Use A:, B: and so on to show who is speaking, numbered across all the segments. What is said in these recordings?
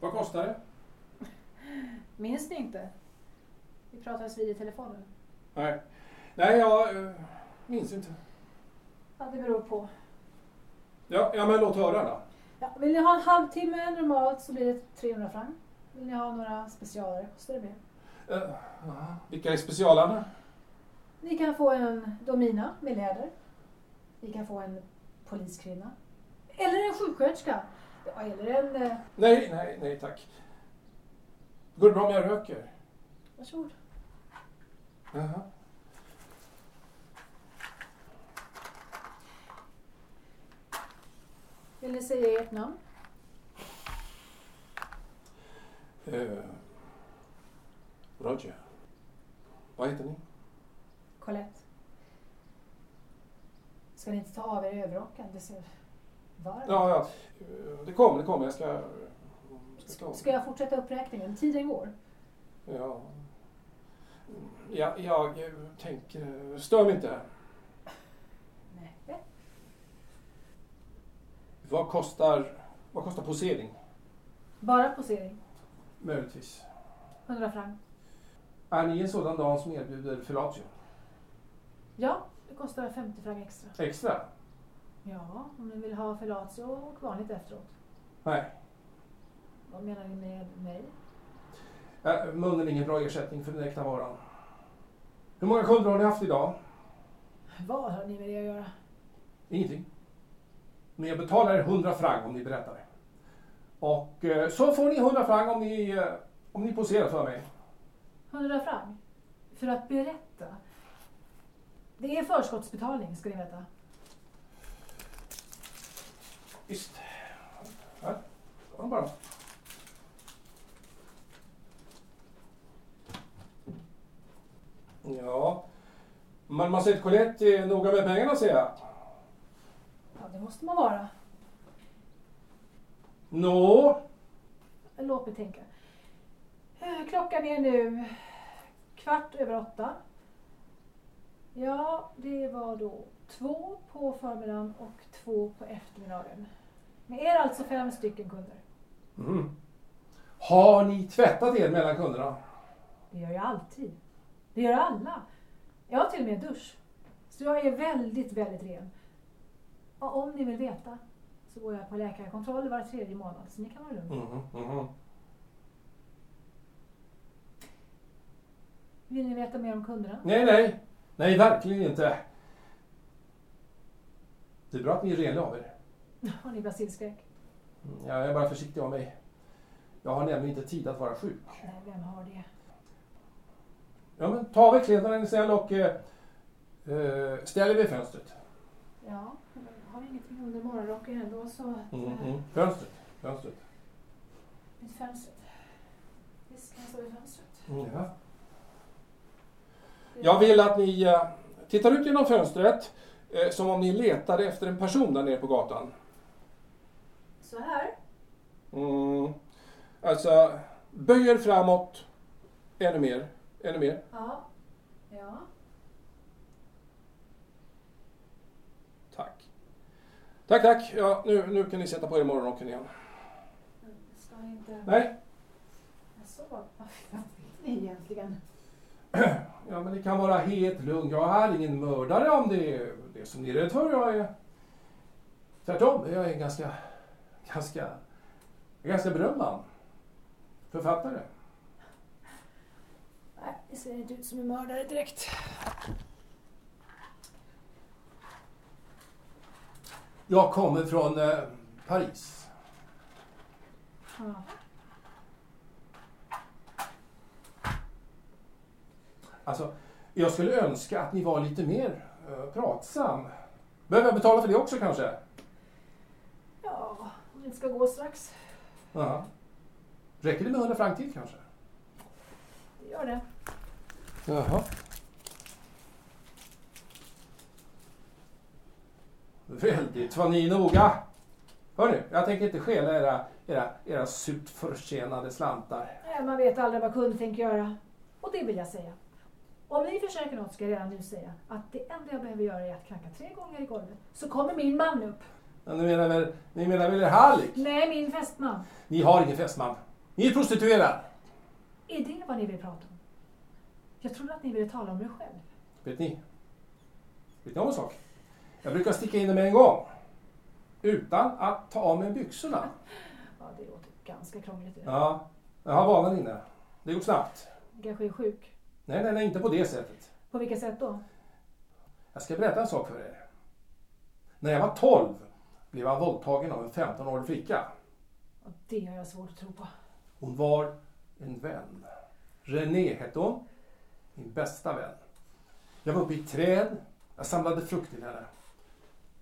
A: kostar det?
B: Minns ni inte? Vi pratades vid i telefonen.
A: Nej. Nej, jag eh, minns inte.
B: Ja, det beror på.
A: Ja, ja men låt höra då.
B: Ja, vill ni ha en halvtimme normalt så blir det 300 franc. Vill ni ha några specialer kostar det mer.
A: Eh, ja, vilka är specialarna?
B: Ni kan få en domina med läder. Ni kan få en poliskvinna. Eller en sjuksköterska. Ja, eller en... eh,
A: Nej, nej, nej tack. Går det bra om jag röker?
B: Varsågod.
A: Jaha.
B: Vill ni säga ert namn?
A: Eh, Roger. Vad heter ni?
B: Colette. Ska ni inte ta av er överrocken? Det ser varmt
A: Ja, ja. eh, Det kommer, det kommer. Jag ska... Ska, ta-
B: Ska jag fortsätta uppräkningen? Tiden går.
A: Ja. Ja, jag eh, tänker... Stör mig inte.
B: Nej.
A: Vad kostar... Vad kostar posering?
B: Bara posering.
A: Möjligtvis.
B: 100 franc.
A: Är ni en sådan dam som erbjuder fellatio?
B: Ja, det kostar 50 franc extra.
A: Extra?
B: Ja, om ni vill ha fellatio och vanligt efteråt.
A: Nej.
B: Vad menar ni med mig?
A: Äh, munnen är ingen bra ersättning för den äkta varan. Hur många kunder har ni haft idag?
B: Vad har ni med det att göra?
A: Ingenting. Men jag betalar er 100 franc om ni berättar det. Och eh, så får ni 100 franc om ni, eh, om ni poserar för mig.
B: 100 franc? För att berätta? Det är förskottsbetalning, ska ni veta.
A: Visst. Här. Ta dem bara. Ja. Men man sett Colette är noga med pengarna ser jag.
B: Ja, det måste man vara.
A: Nå,
B: Låt mig tänka. Eh, Klockan är nu kvart över åtta. Ja, det var då två på förmiddagen och två på eftermiddagen. Med er alltså fem stycken kunder.
A: Mm. Har ni tvättat er mellan kunderna?
B: Det gör jag alltid. Det gör alla. Jag har till och med dusch. Så jag är väldigt, väldigt ren. Och om ni vill veta så går jag på läkarkontroll var tredje månad, så ni kan vara lugna.
A: Mhm, mhm.
B: Vill ni veta mer om kunderna?
A: Nej, nej. Nej, verkligen inte. Det är bra att ni är rena av er.
B: Har ni basilskräck?
A: Mm, Jag är bara försiktig av mig. Jag har nämligen inte tid att vara sjuk.
B: Nej, vem har det?
A: Ja, men ta av er kläderna sen och eh, eh, ställ er vid fönstret.
B: Ja, jag har ingenting under morgonrocken ändå så... eh,
A: Mm, mm. Fönstret. Fönstret.
B: Mitt fönstret. Visst kan jag stå i fönstret.
A: Mm. Ja. Jag vill att ni eh, tittar ut genom fönstret eh, som om ni letade efter en person där nere på gatan.
B: Så här.
A: Mm. Alltså, böjer framåt ännu mer, ännu mer.
B: Ja. Ja.
A: Tack. Tack, tack. Ja, nu, nu kan ni sätta på er morgonrocken igen.
B: Ska ni inte...
A: Nej,
B: Jaså, vad vad vill ni egentligen?
A: ja, men det kan vara helt lugn. Jag är ingen mördare om det är det som ni är rädd för. Jag är... Tvärtom, jag är en ganska, ganska, ganska berömd man. Författare.
B: Nej, det ser inte ut som en mördare direkt.
A: Jag kommer från eh, Paris.
B: Ja.
A: Alltså, jag skulle önska att ni var lite mer eh, pratsam. Behöver jag betala för det också kanske?
B: Ja, om det ska gå strax.
A: Ja. Räcker det med 100 frank till kanske?
B: Det gör det.
A: Jaha. Väldigt vad ni är noga. Hör nu, jag tänker inte stjäla era, era, era surt förtjänade slantar.
B: Nej, man vet aldrig vad kund tänker göra. Och det vill jag säga. Om ni försöker något ska jag redan nu säga att det enda jag behöver göra är att knacka tre gånger i golvet så kommer min man upp.
A: Men ni menar väl, ni menar väl er hallick?
B: Nej, min fästman.
A: Ni har ingen fästman. Ni är prostituerad.
B: Är det vad ni vill prata om? Jag trodde att ni ville tala om er själv.
A: Vet ni? Vet ni om en sak? Jag brukar sticka in det med en gång. Utan att ta av mig byxorna.
B: Ja, det låter ganska krångligt. det.
A: Ja, jag har vanan inne. Det går snabbt.
B: Kanske är sjuk.
A: Nej, nej, nej, inte på det sättet.
B: På vilket sätt då?
A: Jag ska berätta en sak för er. När jag var 12 blev jag våldtagen av en 15-årig flicka.
B: Ja, det har jag svårt att tro på.
A: Hon var en vän. René hette hon. Min bästa vän. Jag var uppe i ett träd. Jag samlade frukt till henne.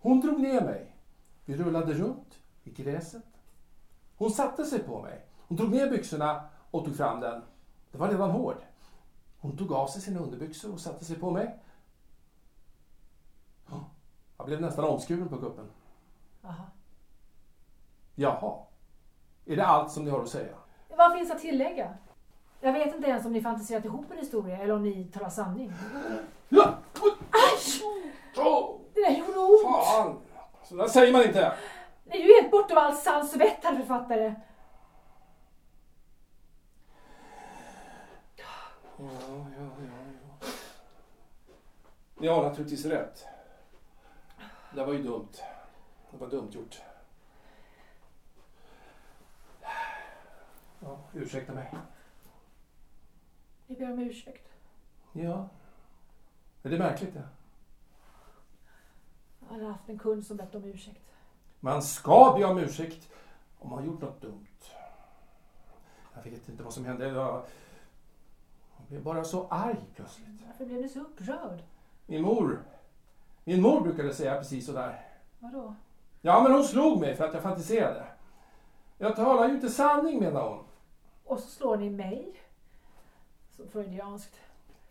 A: Hon drog ner mig. Vi rullade runt i gräset. Hon satte sig på mig. Hon drog ner byxorna och tog fram den. Det var redan hård. Hon tog av sig sina underbyxor och satte sig på mig. Jag blev nästan omskuren på kuppen.
B: Aha.
A: Jaha. Är det allt som ni har att säga?
B: Vad finns att tillägga? Jag vet inte ens om ni fantiserat ihop en historia eller om ni talar sanning.
A: Ja!
B: Aj!
A: Åh,
B: Det där gjorde ont!
A: fan! Så där säger man inte.
B: Ni är ju helt bortom all sans och vett, herr författare.
A: Ja, ja, ja, ja. Ni har naturligtvis rätt. Det var ju dumt. Det var dumt gjort. Ja, ursäkta mig.
B: Ni ber om ursäkt.
A: Ja. Är det är märkligt det?
B: Jag har haft en kund som bett om ursäkt.
A: Man ska be om ursäkt om man har gjort något dumt. Jag vet inte vad som hände. Jag jag blev bara så arg plötsligt.
B: Varför blev ni så upprörd?
A: Min mor. Min mor brukade säga precis sådär.
B: Vadå?
A: Ja, men hon slog mig för att jag fantiserade. Jag talar ju inte sanning, menar hon.
B: Och så slår ni mig. Så freudianskt.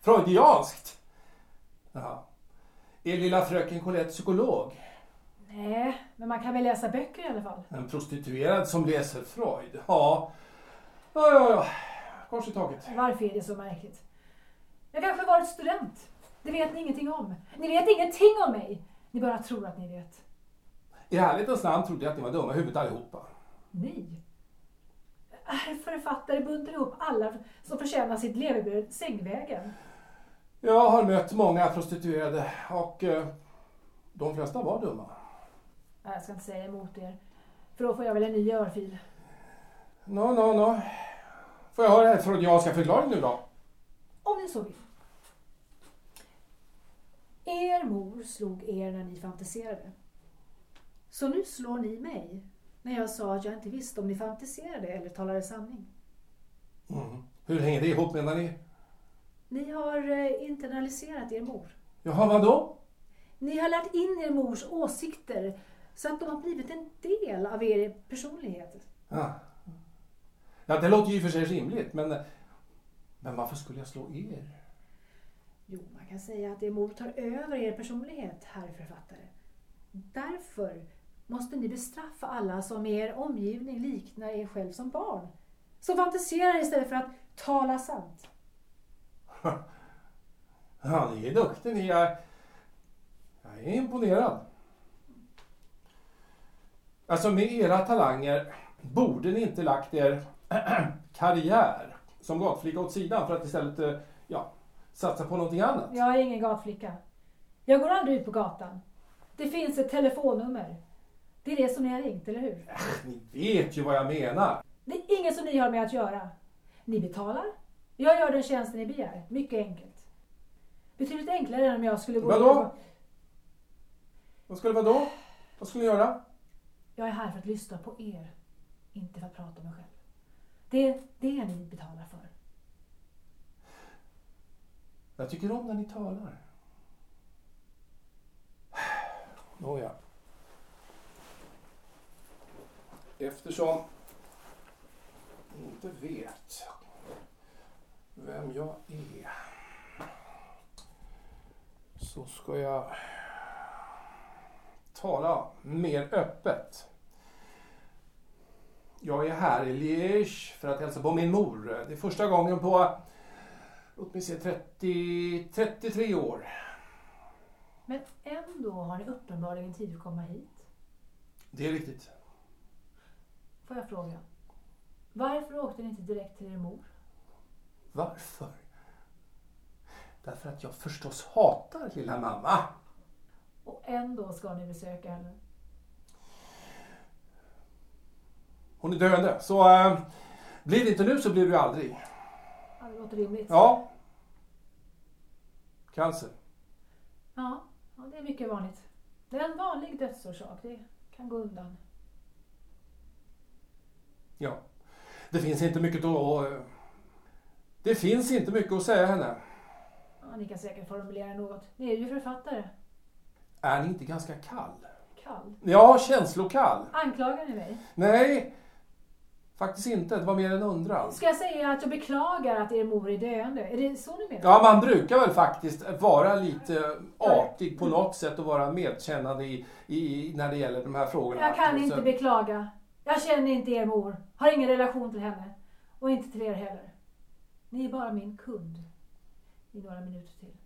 A: Freudianskt! Jaha. Är lilla fröken Colette psykolog?
B: Nej, men man kan väl läsa böcker i alla fall.
A: En prostituerad som läser Freud? Ja. Ja, ja, ja. Kors i taket.
B: Varför är det så märkligt? Jag kanske varit student. Det vet ni ingenting om. Ni vet ingenting om mig. Ni bara tror att ni vet.
A: I ärlighetens namn trodde jag att ni var dumma i huvudet allihopa.
B: Ni? Är författare buntar ihop alla som förtjänar sitt levebröd sängvägen.
A: Jag har mött många prostituerade och eh, de flesta var dumma.
B: Nej, Jag ska inte säga emot er. För då får jag väl en ny örfil.
A: Nå, nå, nå. Får jag höra den freudianska förklaringen nu då?
B: Om ni så vill. Er mor slog er när ni fantiserade. Så nu slår ni mig när jag sa att jag inte visste om ni fantiserade eller talade sanning.
A: Mm. Hur hänger det ihop menar ni?
B: Ni har eh, internaliserat er mor.
A: Jaha, vadå?
B: Ni har lärt in er mors åsikter så att de har blivit en del av er personlighet.
A: Ja. ja, det låter ju i och för sig rimligt, men, men varför skulle jag slå er?
B: Jo, man kan säga att er mor tar över er personlighet, herr författare. Därför måste ni bestraffa alla som i er omgivning liknar er själv som barn. Som fantiserar istället för att tala sant.
A: Ja, ni är duktiga, ni är... Jag är imponerad. Alltså med era talanger borde ni inte lagt er karriär som gatflicka åt sidan för att istället eh, ja, satsa på någonting annat.
B: Jag är ingen gatflicka. Jag går aldrig ut på gatan. Det finns ett telefonnummer. Det är det som ni har ringt, eller hur?
A: Ni vet ju vad jag menar.
B: Det är inget som ni har med att göra. Ni betalar. Jag gör den tjänsten ni begär. Mycket enkelt. Betydligt enklare än om jag skulle gå...
A: Vadå? Vad skulle vadå? Vad skulle ni göra?
B: Jag är här för att lyssna på er. Inte för att prata om mig själv. Det är det ni betalar för.
A: Jag tycker om när ni talar. Nåja. Eftersom ni inte vet vem jag är så ska jag tala mer öppet. Jag är här i Liège för att hälsa på min mor. Det är första gången på låt mig se, 30, 33 år.
B: Men ändå har ni uppenbarligen tid att komma hit.
A: Det är riktigt.
B: Får jag fråga? Varför åkte ni inte direkt till er mor?
A: Varför? Därför att jag förstås hatar lilla mamma.
B: Och ändå ska ni besöka henne.
A: Hon är döende, så eh, blir det inte nu så blir det ju aldrig.
B: Ja, det låter rimligt.
A: Ja. Cancer.
B: Ja, ja, det är mycket vanligt. Det är en vanlig dödsorsak. Det kan gå undan.
A: Ja. Det finns inte mycket att... att, eh, Det finns inte mycket att säga henne.
B: Ja, ni kan säkert formulera något. Ni är ju författare.
A: Är ni inte ganska kall?
B: Kall.
A: Ja, känslokall.
B: Anklagar ni mig?
A: Nej, faktiskt inte. Det var mer en undran.
B: Ska jag säga att jag beklagar att er mor är döende? Är det så ni menar?
A: Ja, man brukar väl faktiskt vara lite artig på något sätt och vara medkännande i, i, när det gäller de här frågorna.
B: Jag kan inte
A: Så-
B: beklaga. Jag känner inte er mor. Har ingen relation till henne. Och inte till er heller. Ni är bara min kund. I några minuter till.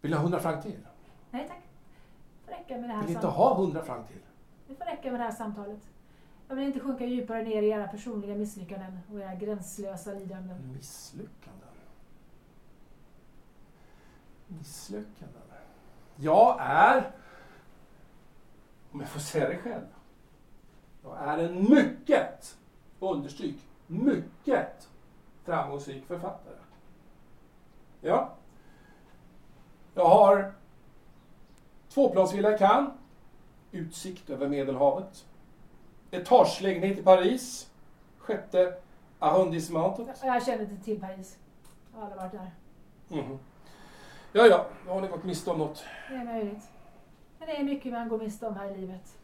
A: Vill du ha 100 frank till?
B: Nej tack. Det får räcka med det här
A: Vill inte
B: samtalet.
A: ha 100 frank till?
B: Det får räcka med det här samtalet. Jag vill inte sjunka djupare ner i era personliga misslyckanden och era gränslösa lidanden.
A: Misslyckanden. Misslyckanden. Jag är, om jag får säga det själv, jag är en mycket, understryk, mycket framgångsrik författare. Ja. Jag har tvåplansvilla i Cannes, utsikt över Medelhavet, etagelägenhet i Paris, sjätte arrondissementet.
B: Och Jag känner inte till Paris. Jag har aldrig varit där.
A: Mhm. Ja, ja, då har ni gått miste om något.
B: Det är möjligt. Men det är mycket man går miste om här i livet.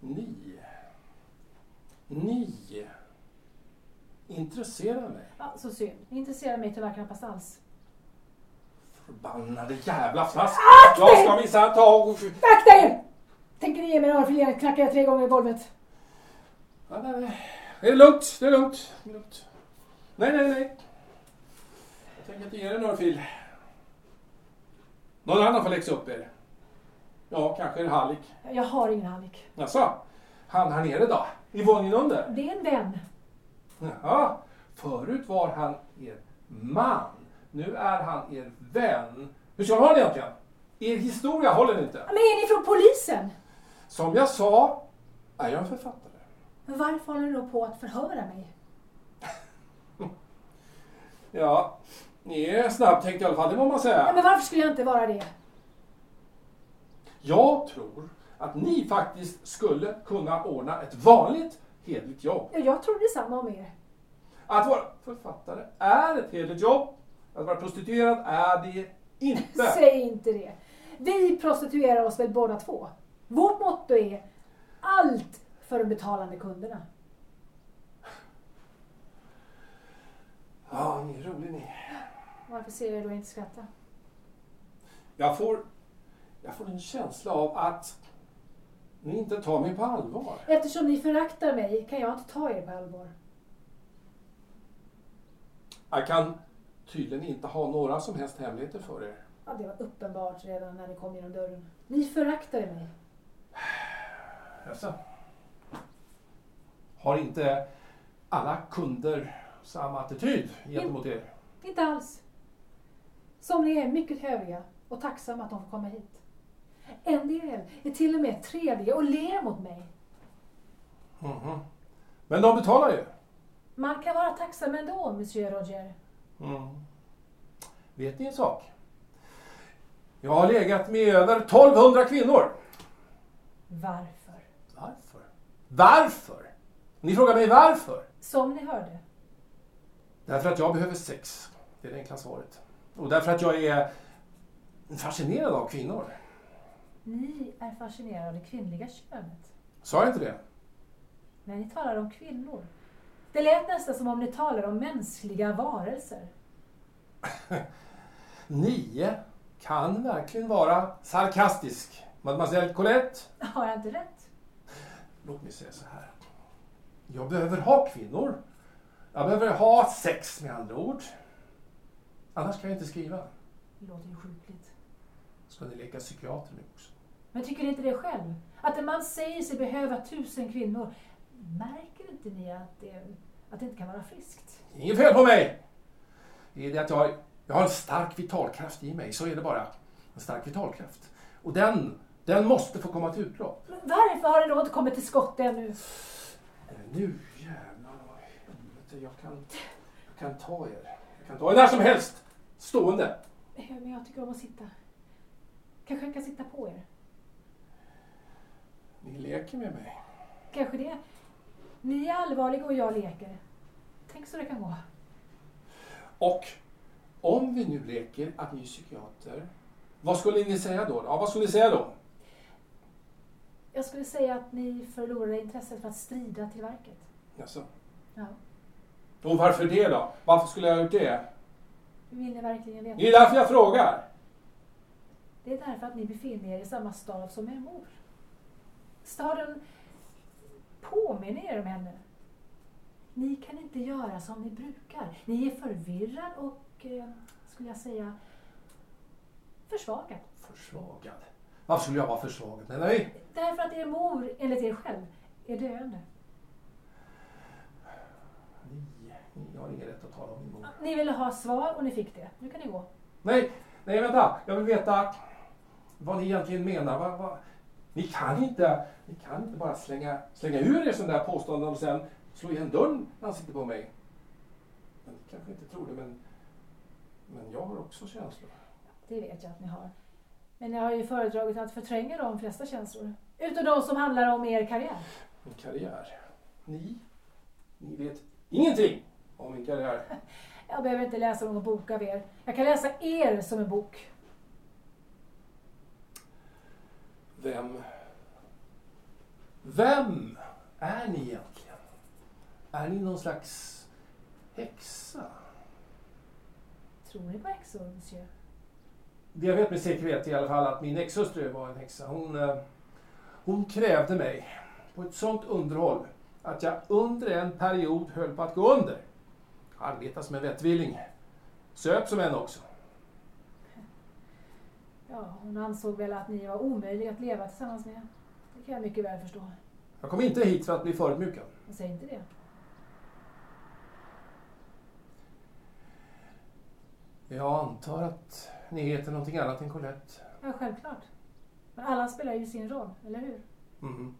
A: Ni. Ni. Intresserar mig.
B: Ja, så synd. Det intresserar mig tyvärr knappast alls.
A: Förbannade jävla flask.
B: Akta
A: Jag
B: er!
A: ska minsann ta och...
B: Akta er! Tänker ni ge mig en örfil knackar jag tre gånger i golvet.
A: Ja, nej, nej. Det är lugnt, det är lugnt. Det är lugnt. Nej, nej, nej. Jag tänker inte ge er en örfil. Någon annan får läxa upp er. Ja, kanske en hallick.
B: Jag har ingen hallick.
A: Jaså? Han här nere då? I våningen under?
B: Det är en vän.
A: Jaha, förut var han er man. Nu är han er vän. Hur ska man ha det egentligen? Er historia håller inte.
B: Men är ni från polisen?
A: Som jag sa är jag en författare.
B: Men varför håller ni då på att förhöra mig?
A: Ja, ni är snabbtänkt i alla fall, det må man
B: Nej,
A: säga.
B: men varför skulle jag inte vara det?
A: Jag tror att ni faktiskt skulle kunna ordna ett vanligt hederligt jobb.
B: Ja, Jag tror detsamma om er.
A: Att vara författare är ett hederligt jobb. Att vara prostituerad är det inte.
B: Säg inte det. Vi prostituerar oss väl båda två. Vårt motto är allt för de betalande kunderna.
A: Ja, ni är rolig ni.
B: Varför ser jag då inte skratta?
A: Jag får, jag får en känsla av att ni inte tar mig på allvar.
B: Eftersom ni föraktar mig kan jag inte ta er på allvar.
A: Jag kan tydligen inte ha några som helst hemligheter för er.
B: Ja, det var uppenbart redan när ni kom genom dörren. Ni föraktade mig.
A: Jaså? Har inte alla kunder samma attityd gentemot er?
B: Inte alls. Somliga är mycket hövliga och tacksamma att de får komma hit. En del är till och med trevliga och ler mot mig.
A: Mhm. Men de betalar ju.
B: Man kan vara tacksam ändå, monsieur Roger.
A: Mm. Vet ni en sak? Jag har legat med över 1200 kvinnor.
B: Varför?
A: Varför? Varför? Ni frågar mig varför?
B: Som ni hörde,
A: Därför att jag behöver sex. Det är det enkla svaret. Och därför att jag är fascinerad av kvinnor.
B: ni är fascinerade av det kvinnliga könet.
A: Sa jag inte det?
B: När ni talar om kvinnor. Det lät nästan som om ni talar om mänskliga varelser.
A: Ni kan verkligen vara sarkastisk. Mademoiselle Colette,
B: Har jag inte rätt?
A: låt mig säga så här. Jag behöver ha kvinnor. Jag behöver ha sex med andra ord. Annars kan jag inte skriva.
B: Det låter ju sjukligt.
A: Ska ni leka psykiater nu också?
B: Men tycker inte det själv? Att en man säger sig behöva tusen kvinnor. Märker inte ni att det, att det inte kan vara friskt?
A: Inget fel på mig! Det är det att jag, jag har en stark vitalkraft i mig, så är det bara. En stark vitalkraft. Och den, den måste få komma till utlopp.
B: Men varför har ni då inte kommit till skott ännu?
A: Eh, Nu jävlar vad i helvete, jag kan, jag kan ta er. Jag kan ta er när som helst! Stående!
B: Eh, Men jag tycker om att sitta. Kanske jag kan sitta på er?
A: Ni leker med mig.
B: Kanske det. Ni är allvarliga och jag leker. Tänk så det kan gå.
A: Och om vi nu leker att ni är psykiater, vad skulle ni säga då? Ja, vad skulle ni säga då?
B: Jag skulle säga att ni förlorar intresset för att strida till verket.
A: Jaså?
B: Ja.
A: Och varför det då? Varför skulle jag ha gjort det?
B: Vill ni verkligen veta?
A: Det är därför jag frågar.
B: Det är därför att ni befinner er i samma stad som er mor. Staden påminner er om henne. Ni kan inte göra som ni brukar. Ni är förvirrad och, eh, skulle jag säga, försvagad.
A: Försvagad? Varför skulle jag vara försvagad? Nej, nej.
B: Därför att er mor, enligt er själv, är döende.
A: Ni, ni har ingen rätt att tala om min mor.
B: Ni ville ha svar och ni fick det. Nu kan ni gå.
A: Nej, nej vänta. Jag vill veta vad ni egentligen menar. Vad, vad? Ni, kan inte, ni kan inte bara slänga, slänga ur er sådana där påståenden och sen slå igen dörren i ansiktet på mig. Men ni kanske inte tror det, men, men jag har också känslor.
B: Det vet jag att ni har. Men jag har ju föredragit att förtränga de flesta känslor. Utom de som handlar om er karriär.
A: Min karriär. Ni, ni vet ingenting om min karriär.
B: Jag behöver inte läsa någon bok av er. Jag kan läsa er som en bok.
A: Vem... Vem är ni egentligen? Är ni någon slags häxa?
B: Tror ni på häxor, monsieur?
A: Det jag vet med säkerhet i alla fall att min exhustru var en häxa. Hon, eh, hon krävde mig på ett sånt underhåll att jag under en period höll på att gå under. Arbetade som en vettvilling. Söp som en också.
B: Ja, hon ansåg väl att ni var omöjliga att leva tillsammans med. Det kan jag mycket väl förstå.
A: Jag kom inte hit för att bli förödmjukad.
B: Jag säger inte det.
A: Jag antar att ni heter någonting annat än Colette.
B: Ja, självklart. Men alla spelar ju sin roll, eller hur?
A: Mhm.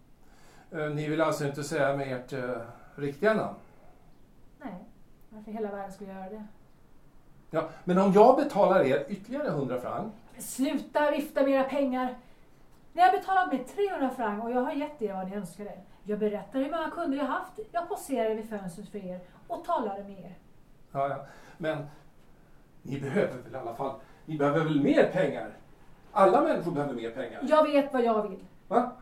A: Eh, Ni vill alltså inte säga med ert eh, riktiga namn?
B: Nej, varför i hela världen skulle jag göra det?
A: Ja, men om jag betalar er ytterligare 100 franc?
B: Sluta vifta med era pengar! Ni har betalat mig 300 franc och jag har gett er vad ni önskade. Jag berättar hur många kunder jag haft, jag poserade vid fönstret för er och talade med er.
A: Ja, ja. Men ni behöver väl i alla fall, ni behöver väl mer pengar? Alla människor behöver mer pengar.
B: Jag vet vad jag vill.
A: Va?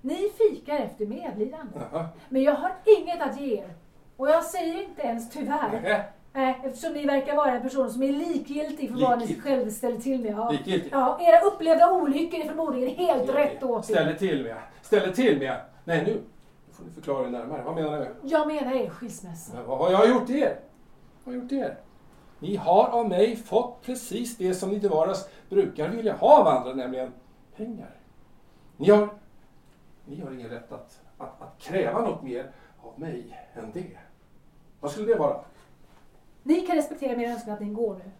B: Ni fikar efter medlidande.
A: Jaha.
B: Men jag har inget att ge er. Och jag säger inte ens tyvärr.
A: Nähä.
B: Nej, eftersom ni verkar vara en person som är likgiltig för vad ni
A: Likgiltig.
B: själva ställer till med. Ja.
A: Likgiltig.
B: Ja, era upplevda olyckor är förmodligen helt rätt åt er.
A: Ställer till med, ställer till med. Nej nu, nu får ni förklara er närmare. Vad menar ni?
B: Jag menar er skilsmässa.
A: Men vad har jag gjort er? Vad har jag gjort er? Ni har av mig fått precis det som ni till vardags brukar vilja ha av andra, nämligen pengar. Ni har, ni har ingen rätt att, att, att kräva något mer av mig än det. Vad skulle det vara?
B: Ni kan respektera min önskan att ni går nu.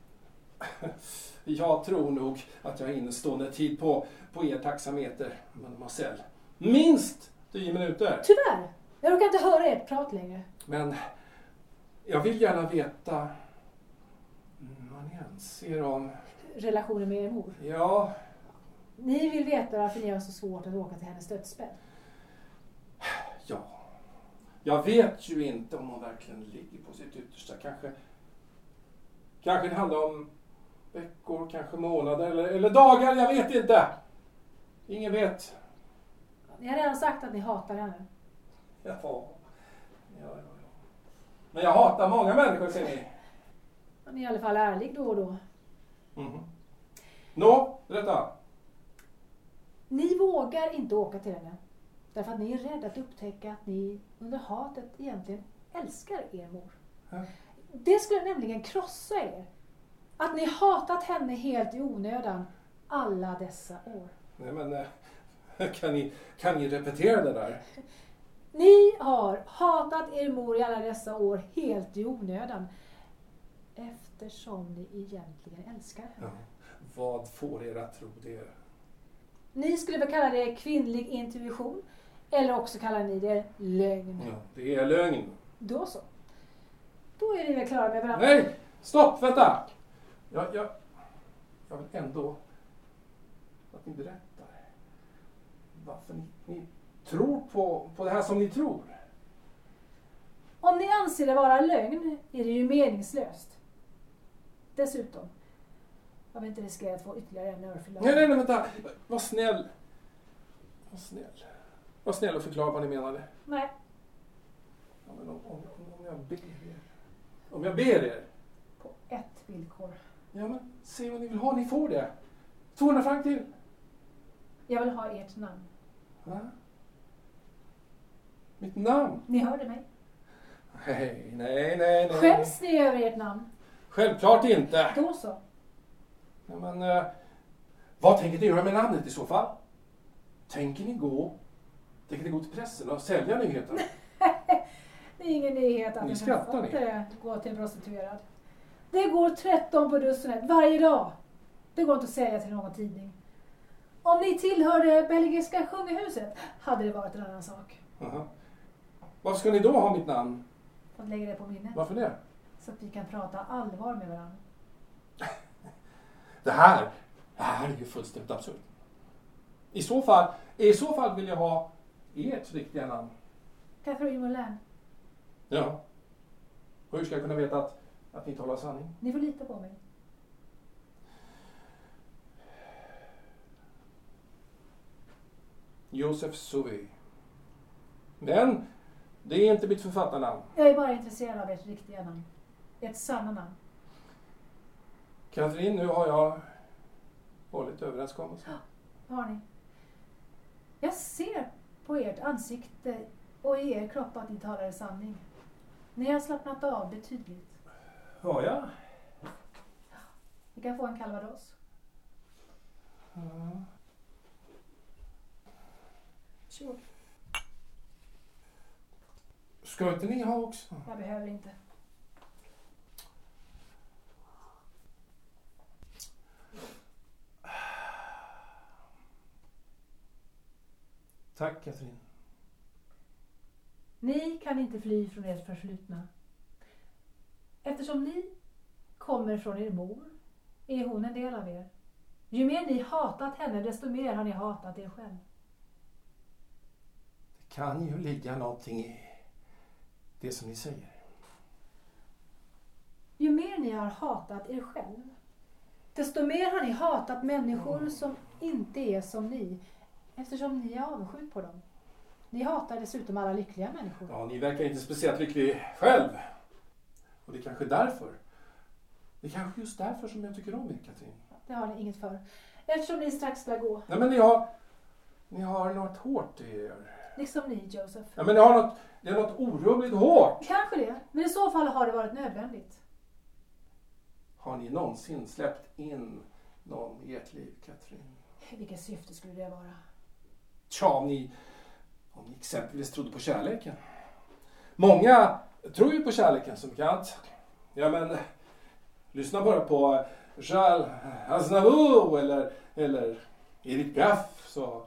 A: Jag tror nog att jag har innestående tid på, på er taxameter, mademoiselle. Minst tio minuter.
B: Tyvärr. Jag råkar inte höra ert prat längre.
A: Men jag vill gärna veta mm, vad ni anser om...
B: Relationen med er mor.
A: Ja,
B: Ni vill veta varför ni har så svårt att åka till hennes dödsbädd.
A: Ja. Jag vet ju inte om hon verkligen ligger på sitt yttersta. Kanske, kanske det handlar om veckor, kanske månader eller, eller dagar. Jag vet inte. Ingen vet.
B: Ni har redan sagt att ni hatar henne.
A: Ja, ja, ja, ja. Men jag hatar många människor, säger ni.
B: Men ni är i alla fall ärlig då och då.
A: Mhm. Nå, berätta.
B: Ni vågar inte åka till henne. Därför att ni är rädda att upptäcka att ni under hatet egentligen älskar er mor.
A: Ja.
B: Det skulle nämligen krossa er. Att ni hatat henne helt i onödan alla dessa år.
A: Nej, men eh, kan ni, kan ni repetera det där?
B: Ni har hatat er mor i alla dessa år helt i onödan. Eftersom ni egentligen älskar henne.
A: Ja. Vad får er att tro det?
B: Ni skulle väl kalla det kvinnlig intuition. Eller också kallar ni det lögn.
A: Ja, det är lögn.
B: Då så. Då är ni väl klara med varandra?
A: Nej! Stopp! Vänta! Jag, jag, jag vill ändå att ni berättar varför ni, ni tror på, på det här som ni tror.
B: Om ni anser det vara lögn är det ju meningslöst. Dessutom, jag vill inte riskera att få ytterligare en örfil.
A: Nej, nej, nej, vänta! Var snäll! Var snäll. Var snäll och förklara vad ni menade.
B: nej.
A: Ja, men om, om, om jag ber er. Om jag ber er.
B: På ett villkor.
A: Ja, men säg vad ni vill ha, ni får det. 200 frank till.
B: Jag vill ha ert namn.
A: Va? Mitt namn?
B: Ni hörde mig.
A: Nej, nej, nej. nej.
B: Skäms ni över ert namn?
A: Självklart inte.
B: Då så.
A: Ja, men, eh, vad tänker ni göra med namnet i så fall? Tänker ni gå Tänker ni gå till pressen och sälja nyheten?
B: Det är ingen nyhet att
A: Ni
B: en
A: skrattar ni.
B: författare går till en prostituerad. Det går 13 på dussinet varje dag. Det går inte att säga till någon tidning. Om ni tillhör det belgiska sjungehuset hade det varit en annan sak.
A: Aha. Varför ska ni då ha mitt namn?
B: Får lägga det på minnet
A: Varför det?
B: så att vi kan prata allvar med varandra.
A: Det här, det här är ju fullständigt absurt. I så fall, i så fall vill jag ha ert riktiga namn.
B: Catherine Moulin,
A: Ja. Hur ska jag kunna veta att, att ni talar sanning?
B: ni får lita på mig.
A: Josef Suvi. Men det är inte mitt författarnamn.
B: Jag är bara intresserad av ert riktiga namn. Ert sanna namn.
A: Katrin, nu har jag hållit överenskommelsen.
B: Vad har ni? Jag ser på ert ansikte och i er kropp att ni talar sanning. Ni har slappnat av betydligt.
A: Har jag?
B: Ni kan få en calvados.
A: Varsågod. Ska inte ni ha också?
B: Jag behöver inte.
A: Tack Katrin.
B: Ni kan inte fly från ert förflutna. Eftersom ni kommer från er mor är hon en del av er. Ju mer ni hatat henne, desto mer har ni hatat er själv.
A: Det kan ju ligga någonting i det som ni säger.
B: Ju mer ni har hatat er själv, desto mer har ni hatat människor som inte är som ni, eftersom ni är avundsjuk på dem. Ni hatar dessutom alla lyckliga människor.
A: Ja, ni verkar inte speciellt lycklig själv. Och det är kanske därför. Det är kanske just därför som jag tycker om er Katrin.
B: Det har ni inget för, eftersom ni strax ska gå,
A: Nej men ni har, ni har något hårt i er.
B: liksom ni, Joseph.
A: Ja, men ni har något, det är något orubbligt hårt.
B: Kanske det, men i så fall har det varit nödvändigt.
A: Har ni någonsin släppt in någon i ert liv Katrin?
B: Vilket syfte skulle det vara?
A: Tja, om ni, om ni exempelvis trodde på kärleken. Många tror ju på kärleken som bekant. Ja men, lyssna bara på Charles Aznavour eller, eller Edith Piaf så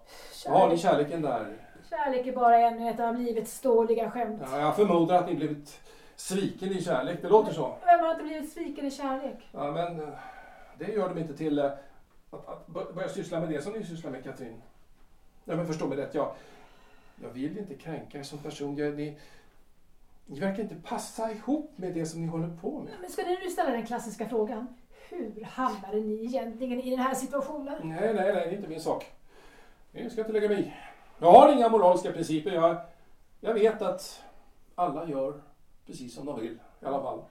A: har ni
B: Kärlek,
A: kärleken där.
B: kärlek är bara ännu ett av livets ståliga skämt.
A: Ja, jag förmodar att ni blivit sviken i kärlek, det låter så.
B: Vem har inte blivit sviken i kärlek?
A: Ja men, eh, det gör dem inte till eh, att, att bör- börja syssla med det som ni sysslar med Katrin. Ja men förstå mig rätt, jag, jag vill inte kränka er som person. Jag, ni, ni verkar inte passa ihop med det som ni håller på med.
B: Men ska ni nu ställa den klassiska frågan? Hur hamnade ni egentligen i den här situationen?
A: Nej, nej, nej, det är inte min sak. Det ska jag inte lägga mig i. Jag har inga moraliska principer. Jag, jag vet att alla gör precis som de vill i alla fall.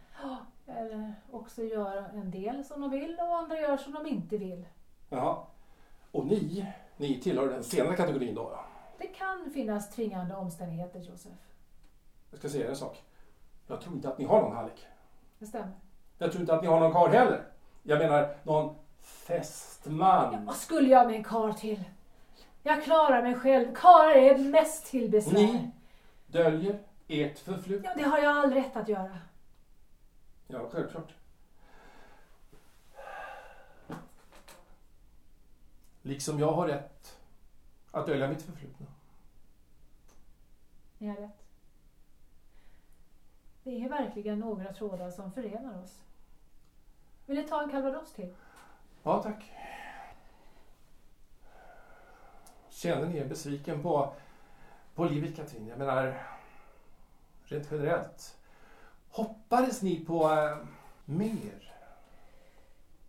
B: Eller också gör en del som de vill och andra gör som de inte vill.
A: Jaha. Och ni, ni tillhör den senare kategorin då? Ja.
B: Det kan finnas tvingande omständigheter, Josef.
A: Jag ska säga er en sak. Jag tror inte att ni har någon hallick.
B: Det stämmer.
A: Jag tror inte att ni har någon karl heller. Jag menar någon fästman.
B: Vad skulle jag med en karl till? Jag klarar mig själv. Karlar är mest till besvär.
A: Ni döljer ert förflutna.
B: Ja, det har jag all rätt att göra.
A: Ja, självklart. Liksom jag har rätt att dölja mitt förflutna.
B: Ni har rätt. Det är verkligen några trådar som förenar oss. Vill ni ta en calvados till?
A: Ja, tack. Känner ni er besviken på, på livet, Katrin? Jag menar, rent generellt. Hoppades ni på eh, mer?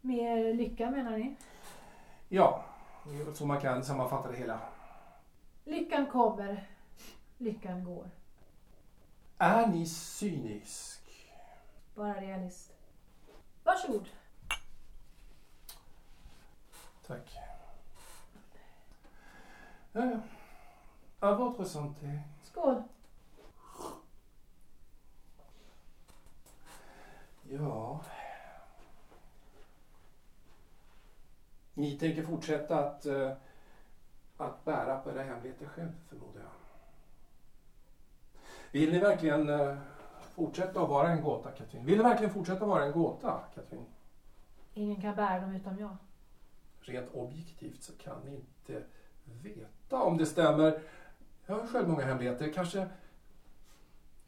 B: Mer lycka menar ni?
A: Ja, det är väl så man kan sammanfatta det hela.
B: Lyckan kommer, lyckan går.
A: Är ni cynisk?
B: Bara realist. Varsågod.
A: Tack. Ja, ja. Ja, vad intressant det är.
B: Skål.
A: Ja. Ni tänker fortsätta att, eh, att bära på era hemligheter själv, förmodar jag. Vill ni verkligen eh, fortsätta att vara en gåta, Katrin? Vill ni verkligen fortsätta vara en gåta, Katrin?
B: Ingen kan bära dem utom jag.
A: Rent objektivt så kan ni inte veta om det stämmer. Jag har själv många hemligheter. Kanske,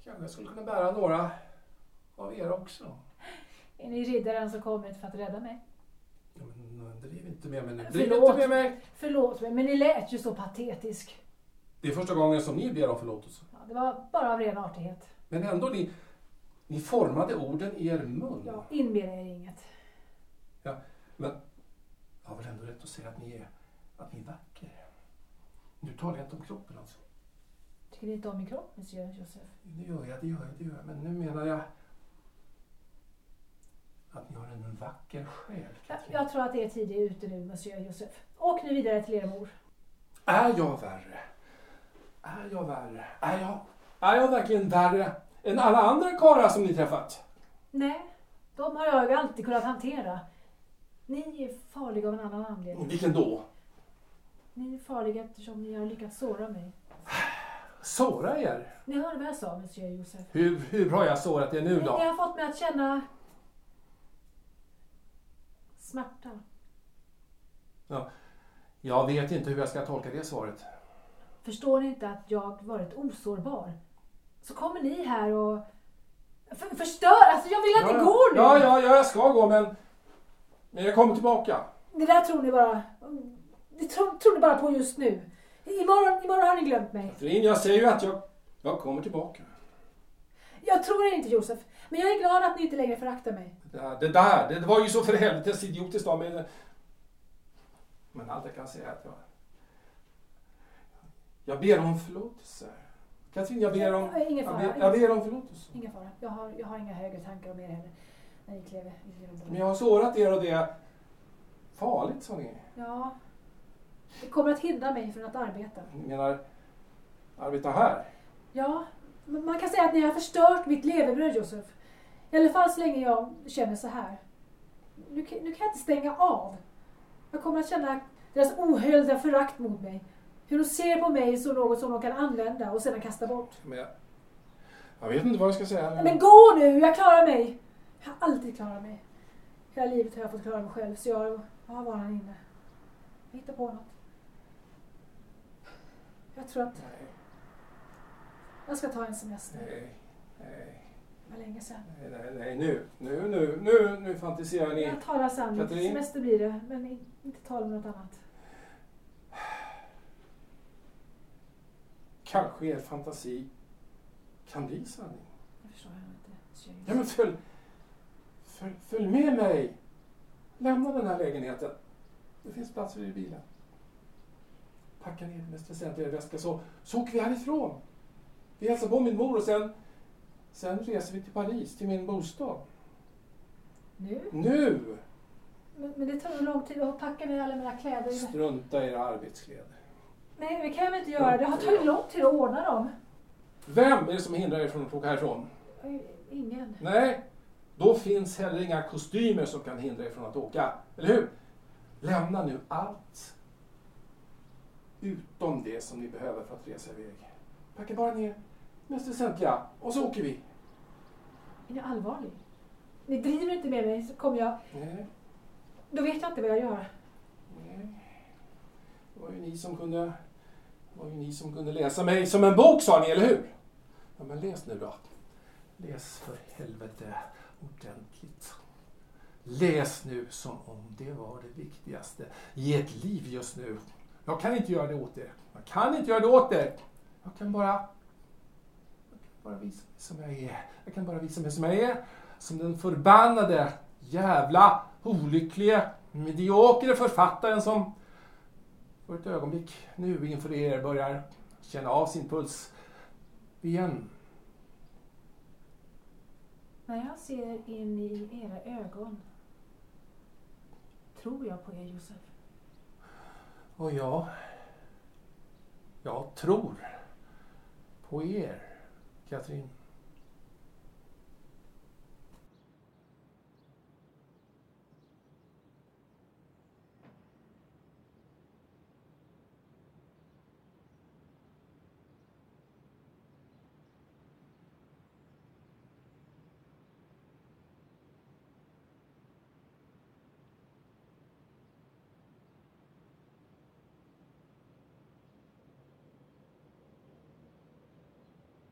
A: kanske jag skulle kunna bära några av er också.
B: Är ni riddaren som kommit för att rädda mig?
A: Ja, men, driv inte med mig nu. Driv
B: Förlåt.
A: inte med mig!
B: Förlåt mig, men ni lät ju så patetisk.
A: Det är första gången som ni ber om förlåtelse.
B: Ja, det var bara av ren artighet.
A: Men ändå, ni, ni formade orden i er mun.
B: Jag inbillar er inget.
A: Jag har väl ändå rätt att säga att ni är, att ni är vacker. Nu talar jag inte om kroppen alltså.
B: Tycker ni inte om min kropp, monsieur Josef?
A: Det gör jag, det gör jag, det gör jag. Men nu menar jag att ni har en vacker själ,
B: Jag,
A: Katrin.
B: jag tror att er tid är ute nu, monsieur Josef. Åk nu vidare till er mor.
A: Är jag värre? Är jag värre? Är jag, är jag verkligen värre än alla andra karlar som ni träffat?
B: Nej, de har jag alltid kunnat hantera. Ni är farliga av en annan anledning.
A: Vilken då?
B: Ni är farliga eftersom ni har lyckats såra mig.
A: Såra er?
B: Ni hörde vad jag sa, monsieur Josef.
A: Hur, hur har jag sårat er nu
B: Ni, ni
A: då?
B: har fått mig att känna smärta.
A: Jag vet inte hur jag ska tolka det svaret.
B: Förstår ni inte att jag varit osårbar? Så kommer ni här och för, förstör. Alltså jag vill att ni går nu.
A: Ja, ja, ja, jag ska gå men... Men jag kommer tillbaka.
B: Det där tror ni bara, det tror, tror ni bara på just nu. Imorgon, imorgon har ni glömt mig.
A: Katrin, jag säger ju att jag... Jag kommer tillbaka.
B: Jag tror er inte Josef, men jag är glad att ni inte längre föraktar mig.
A: Det där, det, där, det, det var ju så för helvetes idiotiskt av mig. Men allt jag kan säga är att jag... Jag ber om förlåtelse. Katrin, jag ber om...
B: Ingen
A: Jag
B: fara.
A: ber, jag ber om förlåtelse.
B: Ingen fara. Jag har, jag har inga högre tankar om er heller. När ni klev genom
A: Men
B: dörren.
A: jag har sårat er och det är farligt som ni är.
B: Ja. Det kommer att hindra mig från att arbeta.
A: Ni menar, arbeta här?
B: Ja, men man kan säga att ni har förstört mitt levebröd Josef. I alla fall så länge jag känner så här. Nu, kan- nu kan jag inte stänga av. Jag kommer att känna deras ohöljda förakt mot mig. Hur de ser på mig som något som de kan använda och sedan kasta bort.
A: Men jag, jag vet inte vad jag ska säga.
B: Nej, Men gå nu, jag klarar mig! Jag har alltid klarat mig. Hela livet har jag fått klara mig själv, så jag, jag har vanan inne. Jag hittar på något. Jag tror att
A: Nej,
B: jag ska ta en semester.
A: nej, nej.
B: Det var länge sedan.
A: Nej, nej, nej, nu, nu, nu, nu, nu fantiserar ni.
B: Jag talar sanning.
A: Katrin?
B: Semester blir det, men i- inte tal om något annat.
A: Kanske er fantasi kan bli sanning.
B: Jag förstår jag inte. Så
A: Ja,
B: jag-
A: men följ, följ, följ med mig. Lämna den här lägenheten. Det finns plats för er i bilen. Packa ner det mest väsentliga i er väska så, så åker vi härifrån. Vi hälsar på min mor och sen, sen reser vi till Paris, till min bostad.
B: Nu?
A: Nu!
B: Men, men det tar nog lång tid att packa ner alla mina kläder.
A: Strunta i era arbetskläder.
B: Nej, det kan jag väl inte göra. Det har tagit lång tid att ordna dem.
A: Vem är det som hindrar er från att åka härifrån?
B: Ingen.
A: Nej, då finns heller inga kostymer som kan hindra er från att åka. Eller hur? Lämna nu allt utom det som ni behöver för att resa iväg. Packa bara ner det mest väsentliga och så åker vi.
B: Är ni allvarlig? Ni driver inte med mig så kommer jag...
A: Nej,
B: Då vet jag inte vad jag gör.
A: nej. Det var ju ni som kunde, det var ju ni som kunde läsa mig som en bok sa ni, eller hur? Ja, men läs nu då. Läs för helvete ordentligt. Läs nu som om det var det viktigaste i ert liv just nu. Jag kan inte göra det åt er. Jag kan inte göra det åt er. Jag kan bara, jag kan bara visa mig som jag är. Jag kan bara visa mig som jag är. Som den förbannade, jävla, olycklige, mediokre författaren som för ett ögonblick nu inför er börjar känna av sin puls igen.
B: När jag ser in i era ögon tror jag på er, Josef.
A: Och jag, jag tror på er, Katrin.